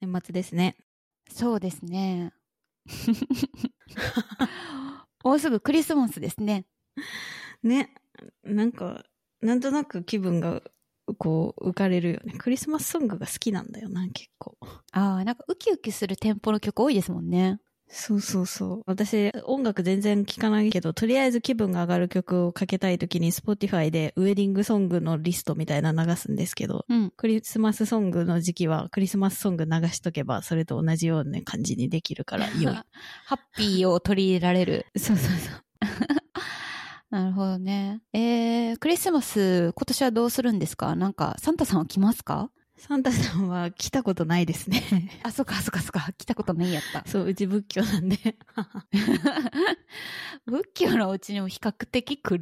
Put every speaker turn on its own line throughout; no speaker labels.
年末ですね。
そうですね。もうすぐクリスマスですね。
ね。なんか、なんとなく気分が、こう、浮かれるよね。クリスマスソングが好きなんだよな、結構。
ああ、なんかウキウキするテンポの曲多いですもんね。
そうそうそう。私、音楽全然聴かないけど、とりあえず気分が上がる曲をかけたいときに、Spotify でウェディングソングのリストみたいなの流すんですけど、
うん。
クリスマスソングの時期は、クリスマスソング流しとけば、それと同じような感じにできるから、良い。
ハッピーを取り入れられる。
そうそうそう。
なるほどね。えー、クリスマス、今年はどうするんですかなんか、サンタさんは来ますか
サンタさんは来たことないですね。
あ、そっか、そっか、そっか。来たことないやった。
そう、うち仏教なんで。
仏教のうちにも比較的来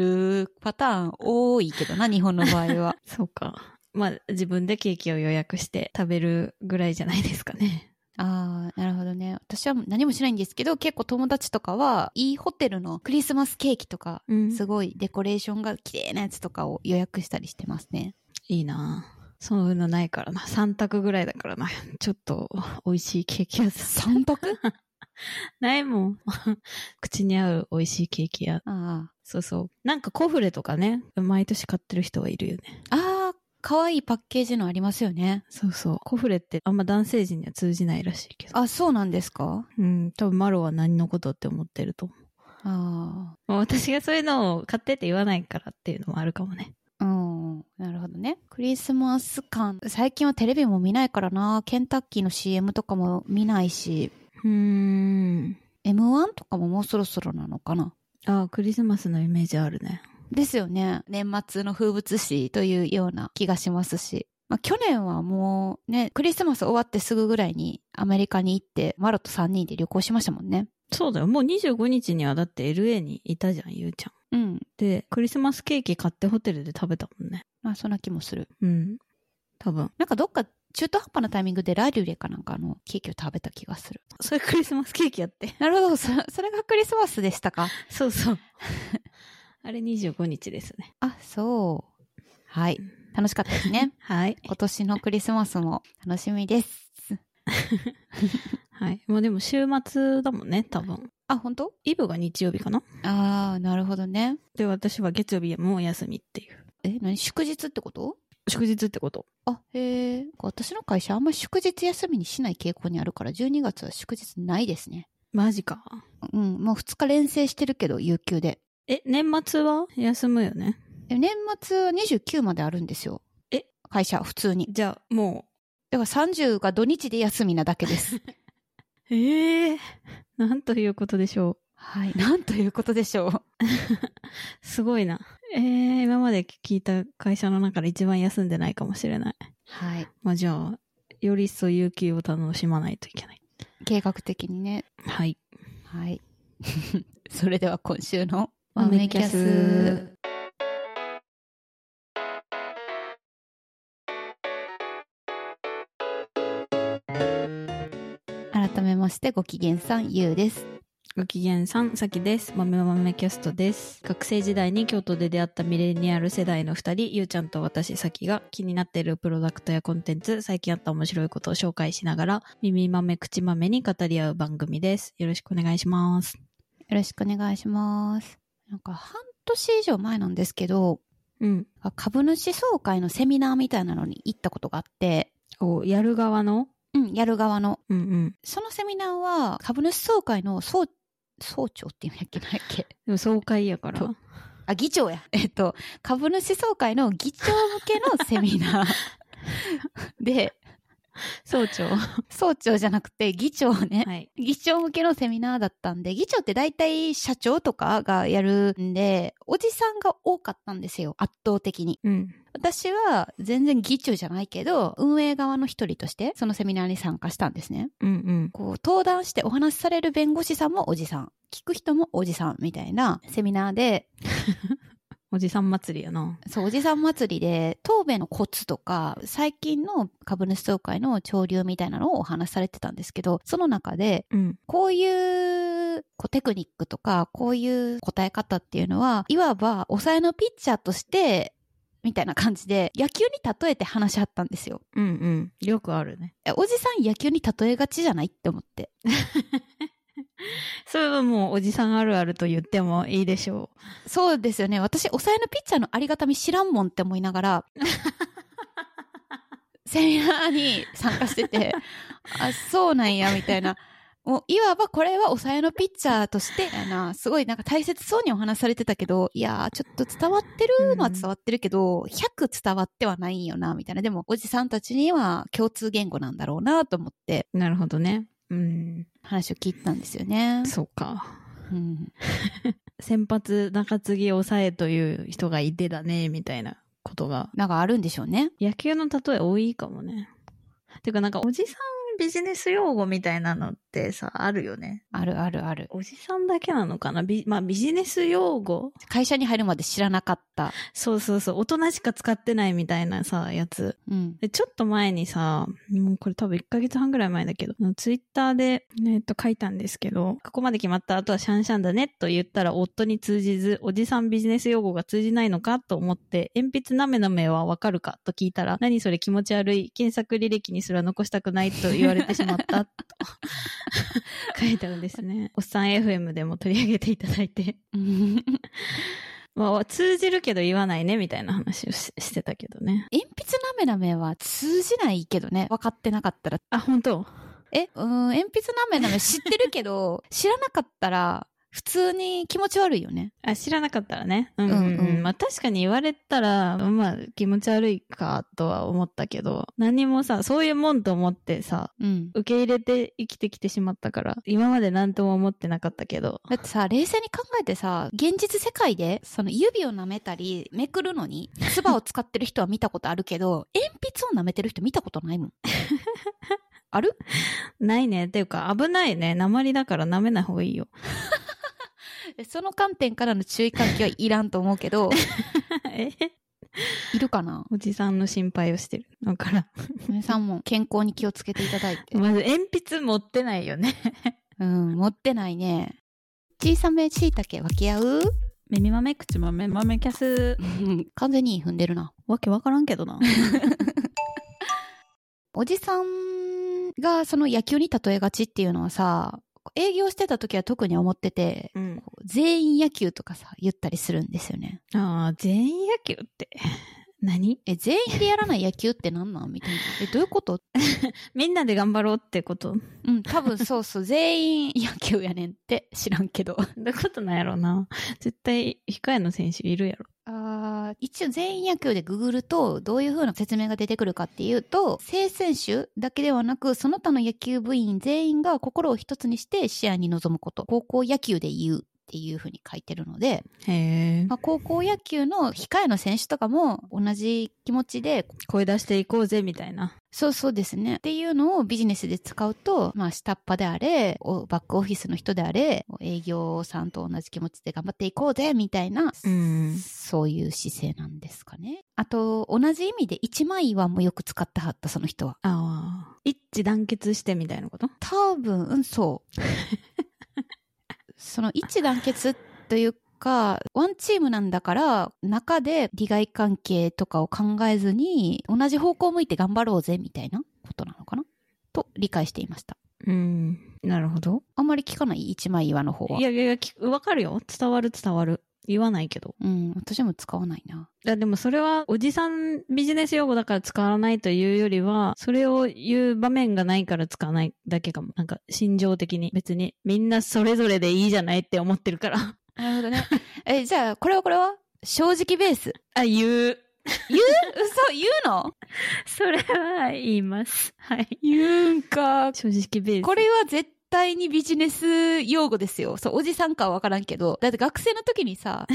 るパターン多いけどな、日本の場合は。
そうか。まあ、自分でケーキを予約して食べるぐらいじゃないですかね。
ああ、なるほどね。私は何もしないんですけど、結構友達とかは、いいホテルのクリスマスケーキとか、
うん
すごいデコレーションが綺麗なやつとかを予約したりしてますね。
いいなぁそういうのないからな。3択ぐらいだからな。ちょっと、美味しいケーキ屋さん。
三択
ないもん。 口に合う美味しいケーキ屋。
あ
そうそう。なんかコフレとかね、毎年買ってる人はいるよね。
あ。ああ、可愛いパッケージのありますよね。
そうそう。コフレってあんま男性人には通じないらしいけど。
あ、そうなんですか
うん、多分マロは何のことって思ってると思う。
あ
まあ私がそういうのを買ってって言わないからっていうのもあるかもね。
あ。うん。なるほどね。クリスマス感。最近はテレビも見ないからな。ケンタッキーの CM とかも見ないし、
うーん。
M1 とかももうそろそろなのかな。
ああ、クリスマスのイメージあるね。
ですよね。年末の風物詩というような気がしますし。まあ、去年はもうね、クリスマス終わってすぐぐらいにアメリカに行って、マロと3人で旅行しましたもんね。
そうだよ。もう25日にはだって LA にいたじゃん、ゆうちゃん。
うん。
で、クリスマスケーキ買ってホテルで食べたもんね。
まあ、そんな気もする。
うん。多分。
なんかどっか中途半端なタイミングでラリュレかなんかのケーキを食べた気がする。
それ クリスマスケーキやって。
なるほど。そそれがクリスマスでしたか。
そうそう。 あれ25日ですね。
あ、そう。はい。楽しかったですね。
はい。
今年のクリスマスも楽しみです。
はい。もうでも週末だもんね、多分。
あ、本当？
イブが日曜日かな
ああ、なるほどね。
で、私は月曜日もお休みっていう。
え、何祝日ってこと
祝日ってこと
あ、へえ。私の会社あんまり祝日休みにしない傾向にあるから、12月は祝日ないですね。
マジか。
うん、もう2日連成してるけど、有給で。
え、年末は休むよね
で年末は29まであるんですよ。
え
会社、普通に。
じゃあ、も
だから30が土日で休みなだけです。
う。ええ なんということでしょう。
はい。なんということでしょう。
すごいな。えー、今まで聞いた会社の中で一番休んでないかもしれない。
はい。
まあじゃあ、より一層有給を楽しまないといけない。
計画的にね。
はい。
はい。 それでは今週の
マメキャス。
改めましてご機嫌さんゆうです。
ご機嫌さん、さきです。まめまめキャストです。学生時代に京都で出会ったミレニアル世代の二人、ゆうちゃんと私、さきが気になっているプロダクトやコンテンツ、最近あった面白いことを紹介しながら、耳まめ、口まめに語り合う番組です。よろしくお願いします。
よろしくお願いします。なんか半年以上前なんですけど、
うん。
株主総会のセミナーみたいなのに行ったことがあって、
お、やる側の
うん、やる側の。
うんうん。
そのセミナーは株主総会の総、総長って言うんやっけなんやっけ
でも爽快やから。
とあ、議長や。えっと、株主総会の議長向けのセミナー で、
総長。
総長じゃなくて議長ね。
はい。
議長向けのセミナーだったんで、議長って大体社長とかがやるんで、おじさんが多かったんですよ、圧倒的に。
うん。
私は全然議長じゃないけど、運営側の一人として、そのセミナーに参加したんですね。
うんうん。
こう、登壇してお話しされる弁護士さんもおじさん、聞く人もおじさんみたいなセミナーで、
おじさん祭りやな。
そう、おじさん祭りで、答弁のコツとか、最近の株主総会の潮流みたいなのをお話しされてたんですけど、その中で、
うん。
こういうこうテクニックとか、こういう答え方っていうのは、いわば抑えのピッチャーとして、みたいな感じで、野球に例えて話し合ったんですよ。
うんうん。よくあるね。
えおじさん野球に例えがちじゃないって思って。
それはもうおじさんあるあると言ってもいいでしょう。
そうですよね。私、抑えのピッチャーのありがたみ知らんもんって思いながら、セミナーに参加してて、あ、そうなんや、みたいな。もう、いわばこれは抑えのピッチャーとして、あのすごいなんか大切そうにお話しされてたけど、いやー、ちょっと伝わってるのは伝わってるけど、100伝わってはないんよな、みたいな。でも、おじさんたちには共通言語なんだろうな、と思って
なるほどね。うん。
話を聞いてたんですよね。
そうか。
うん、
先発、中継ぎ、抑えという人がいてだね、みたいなことが。
なんかあるんでしょうね。
野球の例え多いかもね。てかなんかおじさんビジネス用語みたいなのってさ、あるよね。
あるあるある。
おじさんだけなのかなビ,、まあ、ビジネス用語
会社に入るまで知らなかった。
そうそうそう。大人しか使ってないみたいなさ、やつ。
うん。
で、ちょっと前にさ、もうこれ多分1ヶ月半ぐらい前だけど、ツイッターで、えっと書いたんですけど、ここまで決まった後はシャンシャンだねと言ったら夫に通じず、おじさんビジネス用語が通じないのかと思って、鉛筆なめなめはわかるかと聞いたら、何それ気持ち悪い、検索履歴にすら残したくないと言われてしまった、と 書いたんですね。おっさん FM でも取り上げていただいて。
鉛筆
まあ、通じるけど言わないねみたいな話をし してたけどね。
なめなめは通じないけどね。分かってなかったら。
あ、本当
え、うん、鉛筆なめなめ知ってるけど、知らなかったら、普通に気持ち悪いよね。
あ知らなかったらね。うんうん、
うん
う
うん
ん。まあ確かに言われたら、まあ気持ち悪いかとは思ったけど、何もさ、そういうもんと思ってさ、
うん。
受け入れて生きてきてしまったから、今まで何とも思ってなかったけど。
だってさ、冷静に考えてさ、現実世界で、その指を舐めたり、めくるのに、唾を使ってる人は見たことあるけど、鉛筆を舐めてる人見たことないもん。ある
ないね。っていうか危ないね。鉛だから舐めない方がいいよ。
その観点からの注意喚起はいらんと思うけど、
え
いるかな
おじさんの心配をしてる。だから。
皆さんも健康に気をつけていただいて。
まず鉛筆持ってないよね。
うん、持ってないね。小さめ椎茸分け合う
耳豆、口豆、豆キャス。
完全に踏んでるな。
わけわからんけどな。
おじさんがその野球に例えがちっていうのはさ、営業してた時は特に思ってて、
うん。
こう全員野球とかさ、言ったりするんですよね。
ああ、全員野球って。 何
え、全員でやらない野球ってなんなんみたいな。え、どういうこと
みんなで頑張ろうってこと
うん、多分そうそう、全員野球やねんって知らんけど。
どういうことなんやろうな。絶対、控えの選手いるやろ。
あー一応全員野球でググるとどういう風な説明が出てくるかっていうと正選手だけではなくその他の野球部員全員が心を一つにして試合に臨むこと高校野球で言うっていう風に書いてるので、
へえ。
まあ、高校野球の控えの選手とかも同じ気持ちで
声出していこうぜ、みたいな。
そうそうですねっていうのをビジネスで使うと、まあ、下っ端であれおバックオフィスの人であれ営業さんと同じ気持ちで頑張っていこうぜみたいな
うん。
そういう姿勢なんですかね。あと、同じ意味で一枚岩もよく使ってはった、その人は。
ああ。一致団結してみたいなこと
多分、うん、そう。 その一致団結というか、ワンチームなんだから、中で利害関係とかを考えずに、同じ方向を向いて頑張ろうぜ、みたいなことなのかなと理解していました。
うん。なるほど。。
あんまり聞かない一枚岩の方はい
やいやいやき、わかるよ。伝わる伝わる。言わないけど。
うん、私も使わないな。
いやでもそれは、おじさんビジネス用語だから使わないというよりは、それを言う場面がないから使わないだけかも。なんか、心情的に。別に、みんなそれぞれでいいじゃないって思ってるから。
なるほどね。 え、じゃあ、これはこれは正直ベース。
あ、言う。
嘘言うの
それは言います。はい。
言うんか。
正直ベース。
これは絶対にビジネス用語ですよ。そう、おじさんかは分からんけど。だって学生の時に さ、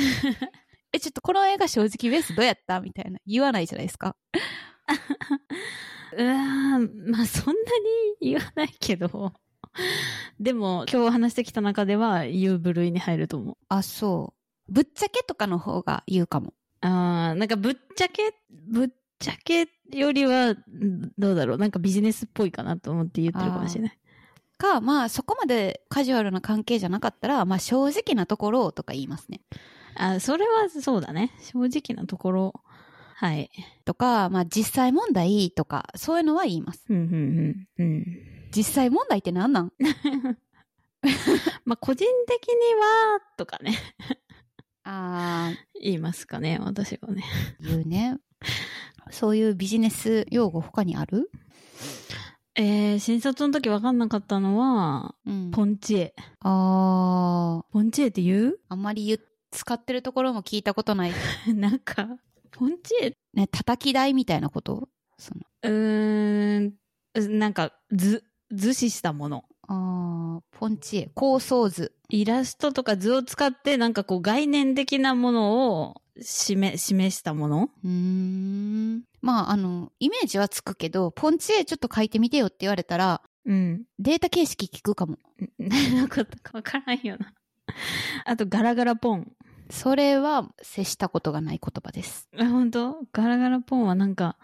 え、ちょっとこの映画正直ベースどうやったみたいな言わないじゃないですか。
うわーまあそんなに言わないけど。でも、今日話してきた中では、言う部類に入ると思う。
あ、そう。ぶっちゃけとかの方が言うかも。
あーなんかぶっちゃけ、ぶっちゃけよりは、んどうだろう。なんかビジネスっぽいかなと思って言ってるかもしれない。
か、まあそこまでカジュアルな関係じゃなかったら、まあ正直なところとか言いますね。
あそれはそうだね。正直なところ。はい。
とか、まあ実際問題とか、そういうのは言います。
うん、うん、うん。うん。
実際問題って何なん
まあ、個人的には、とかね、
ああ、
言いますかね、私はね。
言うね。そういうビジネス用語他にある
えー、診察の時分かんなかったのは、
うん
ポンチエ。
あ
ポンチエって言う
あ、あんまり言う使ってるところも聞いたことない。
なんか、ポンチエ、
ね、叩き台みたいなことその
うーん、なんか、図、図示したもの。
あーポンチエ、構想図。
イラストとか図を使って、なんかこう概念的なものを示、示したもの
うーん。まあ、あの、イメージはつくけど、ポンチエちょっと書いてみてよって言われたら、
うん。
データ形式聞くかも。
何のことかわからんよな。あと、ガラガラポン。
それは接したことがない言葉です。
あ本当ガラガラポンはなんか、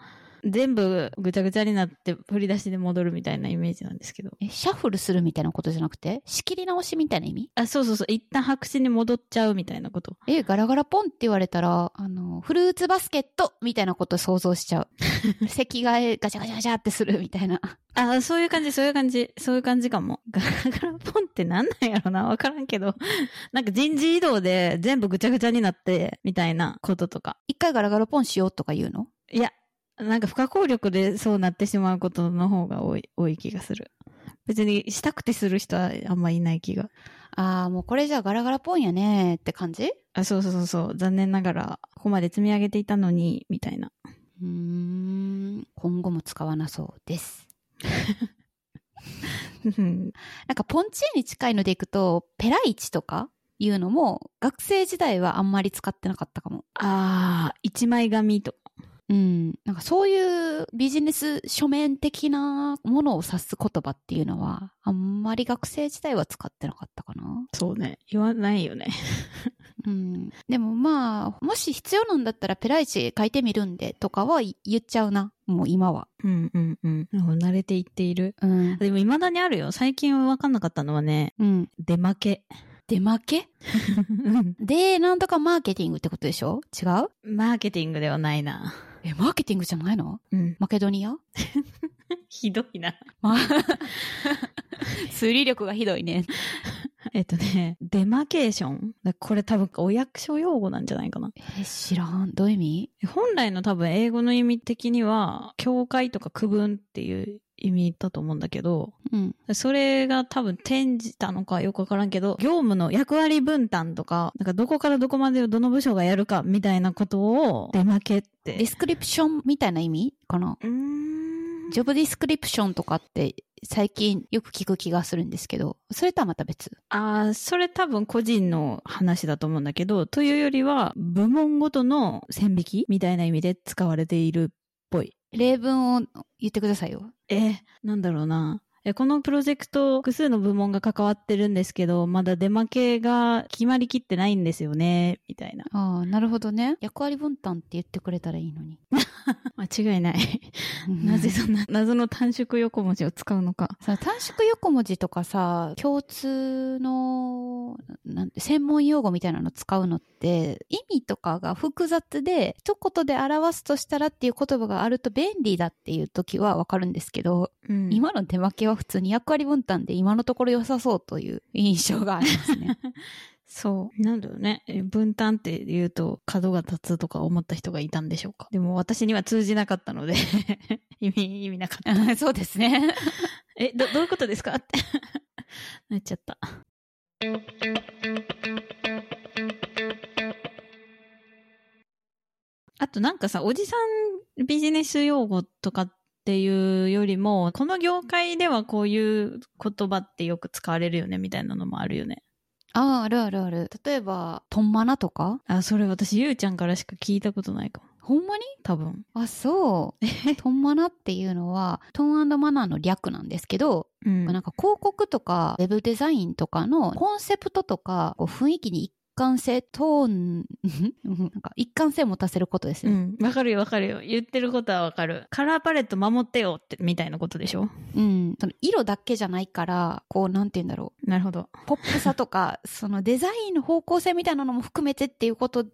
全部ぐちゃぐちゃになって振り出しで戻るみたいなイメージなんですけど。
え、シャッフルするみたいなことじゃなくて、仕切り直しみたいな意味
あ、そうそうそう。一旦白紙に戻っちゃうみたいなこと。
え、ガラガラポンって言われたら、あの、フルーツバスケットみたいなこと想像しちゃう。 席替えガチャガチャガチャってするみたいな。
あ、そういう感じ、そういう感じ、そういう感じかも。ガラガラポンってなんなんやろなわからんけど。なんか人事異動で全部ぐちゃぐちゃになって、みたいなこととか。
一回ガラガラポンしようとか言うの
いや、なんか不可抗力でそうなってしまうことの方が多い、多い気がする。別にしたくてする人はあんまいない気が。
ああ、もうこれじゃガラガラポンやねーって感じ
あ、そうそうそうそう。残念ながら、ここまで積み上げていたのに、みたいな。
うーん、今後も使わなそうです。
うん
なんかポンチエに近いのでいくと、ペライチとかいうのも、学生時代はあんまり使ってなかったかも。
あー、一枚紙とか。
うん。なんかそういうビジネス書面的なものを指す言葉っていうのは、あんまり学生時代は使ってなかったかな。
そうね。言わないよね。
うん。でもまあ、もし必要なんだったらペライチ書いてみるんでとかは言っちゃうな。もう今は。
うんうんうん。慣れていっている。
うん。
でも未だにあるよ。最近分かんなかったのはね、
うん。
出負け。
出負けで、なんとかマーケティングってことでしょ違う
マーケティングではないな。
え、マーケティングじゃないの
うん。
マケドニア
ひどいな。
まあ推理力がひどいね。
えっとね、デマケーションだこれ多分お役所用語なんじゃないかな。
え、知らん。どういう意味
本来の多分英語の意味的には、境界とか区分っていう意味だと思うんだけど、
うん。
それが多分転じたのかよくわからんけど、業務の役割分担とか、なんかどこからどこまでをどの部署がやるかみたいなことを、出負けって。
ディスクリプションみたいな意味かな
うーん
ジョブディスクリプションとかって最近よく聞く気がするんですけど、それとはまた別。
ああ、それ多分個人の話だと思うんだけど、というよりは、部門ごとの線引きみたいな意味で使われているっぽい。
例文を言ってくださいよ。
えー、なんだろうな。え、このプロジェクト、複数の部門が関わってるんですけど、まだ出負けが決まりきってないんですよね、みたいな。
ああ、なるほどね。役割分担って言ってくれたらいいの に。
間違いない。なぜそんな謎の短縮横文字を使うのか。
さ短縮横文字とかさ、共通の、なんて、専門用語みたいなの使うのって、意味とかが複雑で、一言で表すとしたらっていう言葉があると便利だっていう時はわかるんですけど、
うん
今の手負けは普通に役割分担で今のところ良さそうという印象がありますね。
そう。なんだろうね。え分担って言うと角が立つとか思った人がいたんでしょうか。でも私には通じなかったので、意味、意味なかった。
そうですね。
え、ど、どういうことですか って。なっちゃった。あとなんかさ、おじさんビジネス用語とかっていうよりも、この業界ではこういう言葉ってよく使われるよねみたいなのもあるよね。
ああ、あるあるある。例えば、トンマナとか
あ、それ私、ゆうちゃんからしか聞いたことないかも。
ほんまに
多分。
あ、 そう。トンマナっていうのは、トンマナの略なんですけど、
うん
なんか広告とかウェブデザインとかのコンセプトとかこう雰囲気に一貫性、トーン、 なんか一貫性を持たせることです
う
ね。
ん。わかるよわかるよ。言ってることはわかる。カラーパレット守ってよって、みたいなことでしょ
うん。その色だけじゃないから、こう、なんて言うんだろ
なるほど。
う。ポップさとか、 そのデザインの方向性みたいなのも含めてっていうことで、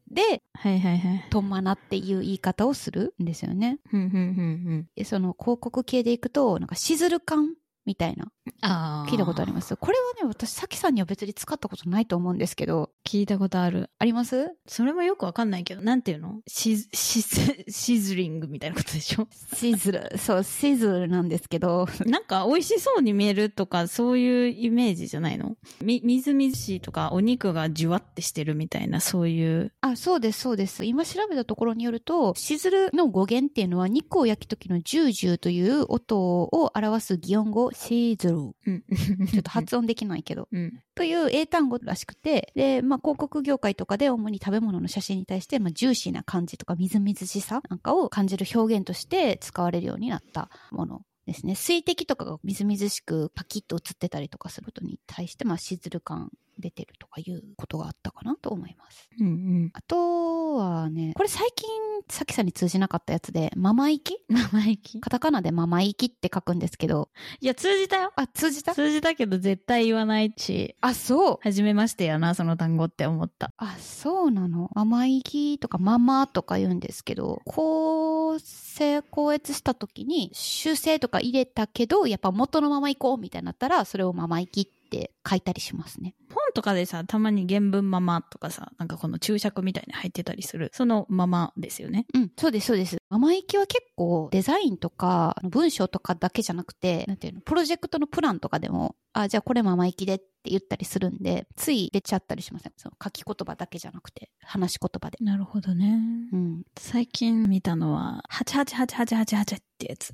はいはいはい。
トンマナっていう言い方をするんですよね。
ふんふんふんふん。
でその広告系でいくと、なんかシズル感みたいな、
あ
聞いたことあり
ます。
ます。これはね、私、さきさんには別に使ったことないと思うんですけど、
聞いたことある。
あります
それもよくわかんないけど、なんていうのシズ、シズ、 シズリングみたいなことでし ょ
シズル、そう、シズルなんですけど、
なんか美味しそうに見えるとか、そういうイメージじゃないのみ、みずみずしいとか、お肉がじゅわってしてるみたいな、そういう。
あ、そうです、そうです。今調べたところによると、しずるの語源っていうのは、肉を焼く時のジュージューという音を表す擬音語、しずる。
うん。
ちょっと発音できないけど。
うん。
という英単語らしくて、で、まあ、広告業界とかで主に食べ物の写真に対して、まあ、ジューシーな感じとかみずみずしさなんかを感じる表現として使われるようになったものですね。水滴とかがみずみずしくパキッと映ってたりとかすることに対して、まあ、しずる感出てるとかいうことがあったかなと思います。
うんうん。
あとはね、これ最近、さきさんに通じなかったやつで、ママ行き
生意気。
カタカナでママ行きって書くんですけど、
いや、通じたよ。
あ、通じた
通じたけど絶対言わないし、
あ、そう。
初めましてやな、その単語って思った。
あ、そうなの。甘い木とかママとか言うんですけど、こう、成功越した時に修正とか入れたけど、やっぱ元のまま行こうみたいになったら、それをママ行きって書いたりしますね。
本とかでさ、たまに原文ままとかさ、なんかこの注釈みたいに入ってたりする。そのままですよね。
うん、そうです、そうです。甘い木は結構デザインとか、あの文章とかだけじゃなくて、なんていうの、プロジェクトのプランとかでも、あ、じゃあこれママ行きでって言ったりするんで、つい出ちゃったりしません。その書き言葉だけじゃなくて、話し言葉で。
なるほどね。
うん。
最近見たのは、888888ってやつ。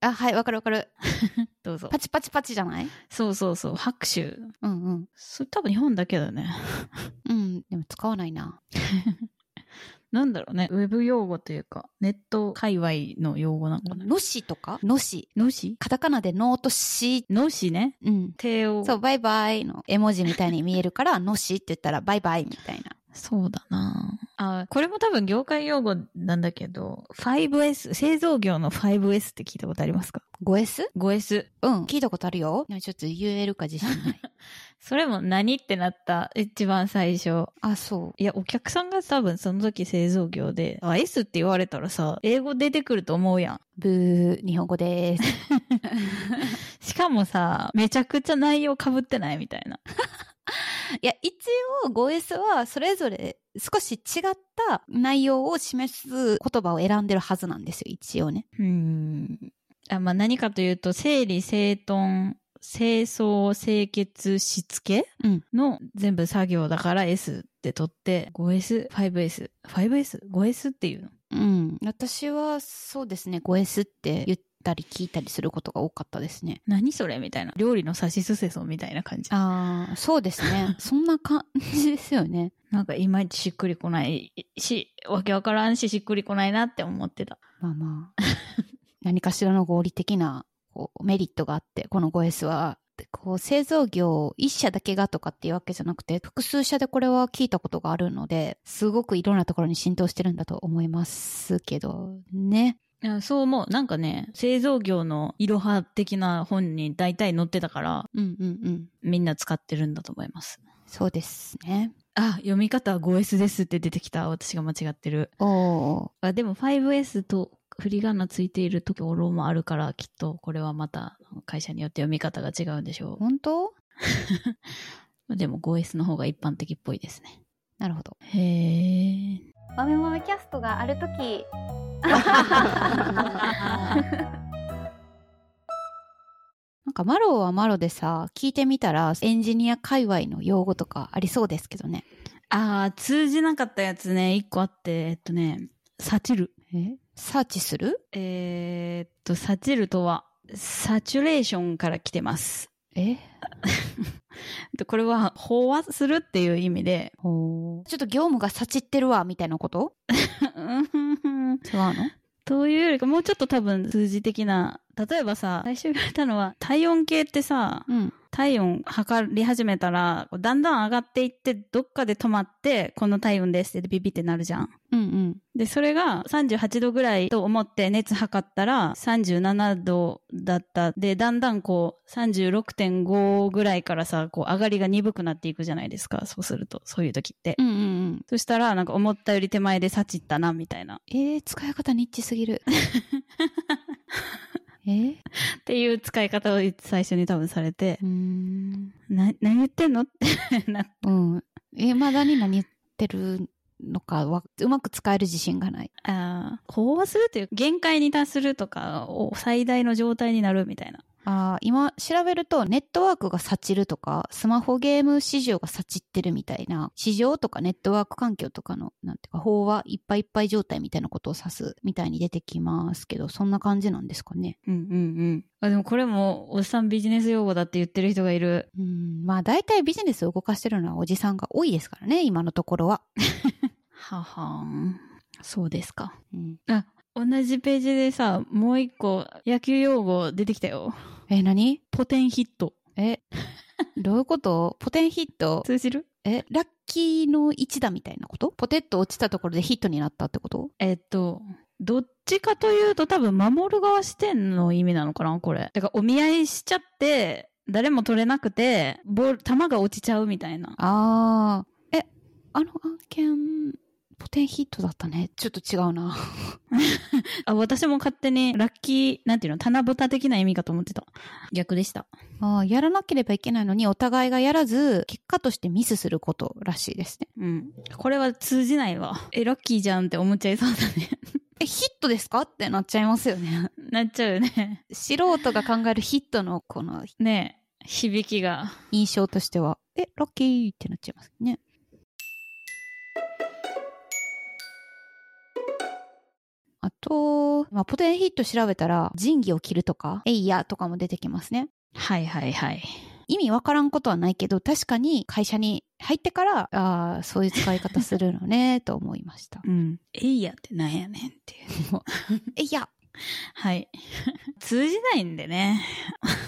あ、はい、わかるわかる。
どうぞ
パ。チパチパチじゃない
そうそうそう、拍手。
うんうん。
それ多分日本だけだね。
うん、でも使わないな。
なんだろうね。ウェブ用語というか、ネット界隈の用語なのかな。
のしとかのし。
のし
カタカナでのとし。
のしね。
うん。
手を。
そう、バイバイの絵文字みたいに見えるから、 のしって言ったらバイバイみたいな。
そうだなあ、これも多分業界用語なんだけど、5S、製造業の 5S って聞いたことありますか
5S?
?5S。
うん。聞いたことあるよ。でもちょっと言えるか自信ない。
それも何ってなった、一番最初。
あ、そう。
いや、お客さんが多分その時製造業で、あ、S って言われたらさ、英語出てくると思うやん。
ブー、日本語でーす。
しかもさ、めちゃくちゃ内容被ってないみたいな。
いや、一応 5S はそれぞれ少し違った内容を示す言葉を選んでるはずなんですよ、一応ね。
うん。あ、まあ、何かというと、整理整頓、清掃、清潔、しつけ
うん
の全部作業だから S って取って、5S、5S、5S、5S っていうの。
うん。私はそうですね、5S って言ったり聞いたりすることが多かったですね。
何それみたいな。料理のさしすせそみたいな感じ。
ああ、そうですね。そんな感じですよね。
なんかいまいちしっくりこないし、わけわからんし、しっくりこないなって思ってた。
まあまあ。何かしらの合理的なこうメリットがあって、この 5S は。でこう製造業一社だけがとかっていうわけじゃなくて、複数社でこれは聞いたことがあるので、すごくいろんなところに浸透してるんだと思いますけどね。
いやそう思う。なんかね、製造業のいろは的な本に大体載ってたから、
うんうんうん。
みんな使ってるんだと思います。
そうですね。
あ、読み方は 5S ですって出てきた。私が間違ってる。
おお
あでも 5S と振り仮名ついているところもあるから、きっとこれはまた会社によって読み方が違うんでしょ
ー、本当
う。でも 5S の方が一般的っぽいですね。
なるほど。
へー。
マメマメキャストがあるとき、
なんかマロはマロでさ、聞いてみたらエンジニア界隈の用語とかありそうですけどね。
あー、通じなかったやつね、一個あって、えっとね、サチル。
えサーチする
えーっと、サチルとは、サチュレーションから来てます。
え
でこれは、飽和するっていう意味で、
ほう。ちょっと業務がさちってるわ、みたいなこと
うん
違うの
というよりか、もうちょっと多分数字的な、例えばさ、最初言われたのは、体温計ってさ、
うん。
体温測り始めたら、こうだんだん上がっていって、どっかで止まって、この体温ですってビビってなるじゃん。
うんうん。
で、それが38度ぐらいと思って熱測ったら37度だった。で、だんだんこう36.5ぐらいからさ、こう上がりが鈍くなっていくじゃないですか。そうすると、そういう時って。
うんうんうん。
そしたら、なんか思ったより手前でさちったな、みたいな。
えー、使い方ニッチすぎ る。えー、
っていう使い方を最初に多分されて
う、ーん。
な、何言ってんのってなっ
うん。えー、まだに何言ってるのかわうまく使える自信がない。
ああ、飽和するという限界に達するとかを最大の状態になるみたいな。
あー今調べるとネットワークがさちるとかスマホゲーム市場がさちってるみたいな市場とかネットワーク環境とかのなんていうか飽和いっぱいいっぱい状態みたいなことを指すみたいに出てきますけどそんな感じなんですかね
うんうんうん。あ、でもこれもおっさんビジネス用語だって言ってる人がいる。
うんまあ大体ビジネスを動かしてるのはおじさんが多いですからね今のところは、
ははん。そうですか。
うん、
同じページでさ、もう一個野球用語出てきたよ。
え何
ポテンヒット。
えどういうことポテンヒット
通じる
えラッキーの一打みたいなことポテッと落ちたところでヒットになったってこと
えっと、どっちかというと多分守る側視点の意味なのかなこれ。だからお見合いしちゃって、誰も取れなくて、ボール、球が落ちちゃうみたいな。
ああ。え、あの案件、ポテンヒットだったね。ちょっと違う な。
あ、私も勝手にラッキー、なんていうの、棚ぼた的な意味かと思ってた。逆でした。
あーやらなければいけないのに、お互いがやらず、結果としてミスすることらしいですね。
うん。これは通じないわ。え、ラッキーじゃんって思っちゃいそうだね。
え、ヒットですかってなっちゃいますよね。
なっちゃうよね。
素人が考えるヒットの、この、
ねえ、響きが。
印象としては、え、ラッキーってなっちゃいますね。あと、まあ、ポテンヒット調べたら、仁義を切るとか、えいやとかも出てきますね。
はいはいはい。
意味わからんことはないけど、確かに会社に入ってから、ああ、そういう使い方するの ね、と思いました。
うん。えいやってなんやねんっていう。
え、いや、
はい。 通じないんでね。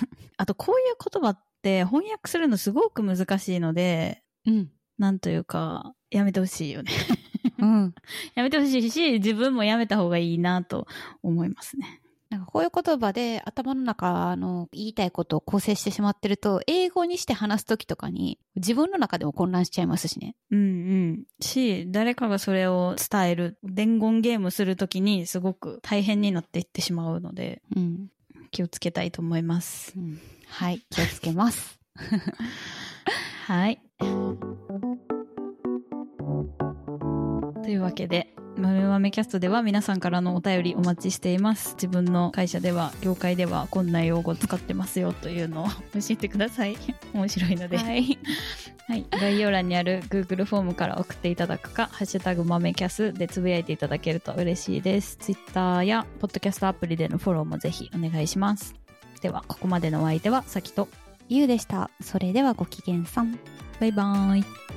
あと、こういう言葉って翻訳するのすごく難しいので、
うん、
なんというか、やめてほしいよね。
うん。
やめてほしいし、自分もやめた方がいいなと思いますね。
なんかこういう言葉で頭の中の言いたいことを構成してしまってると、英語にして話すときとかに、自分の中でも混乱しちゃいますしね。
うんうん。し、誰かがそれを伝える、伝言ゲームするときにすごく大変になっていってしまうので、
うん。
気をつけたいと思います。
うん、はい、気をつけます。
はい。というわけで、まめまめキャストでは皆さんからのお便りお待ちしています。自分の会社では、業界ではこんな用語使ってますよというのを教えてください。 面白いので。
い。
はい、概要欄にある Google フォームから送っていただくか「ハッシュタグマメキャス」でつぶやいていただけると嬉しいです Twitter やポッドキャストアプリでのフォローもぜひお願いしますではここまでのお相手はさきと
ゆうでした。それではご機嫌さん。
バイバーイ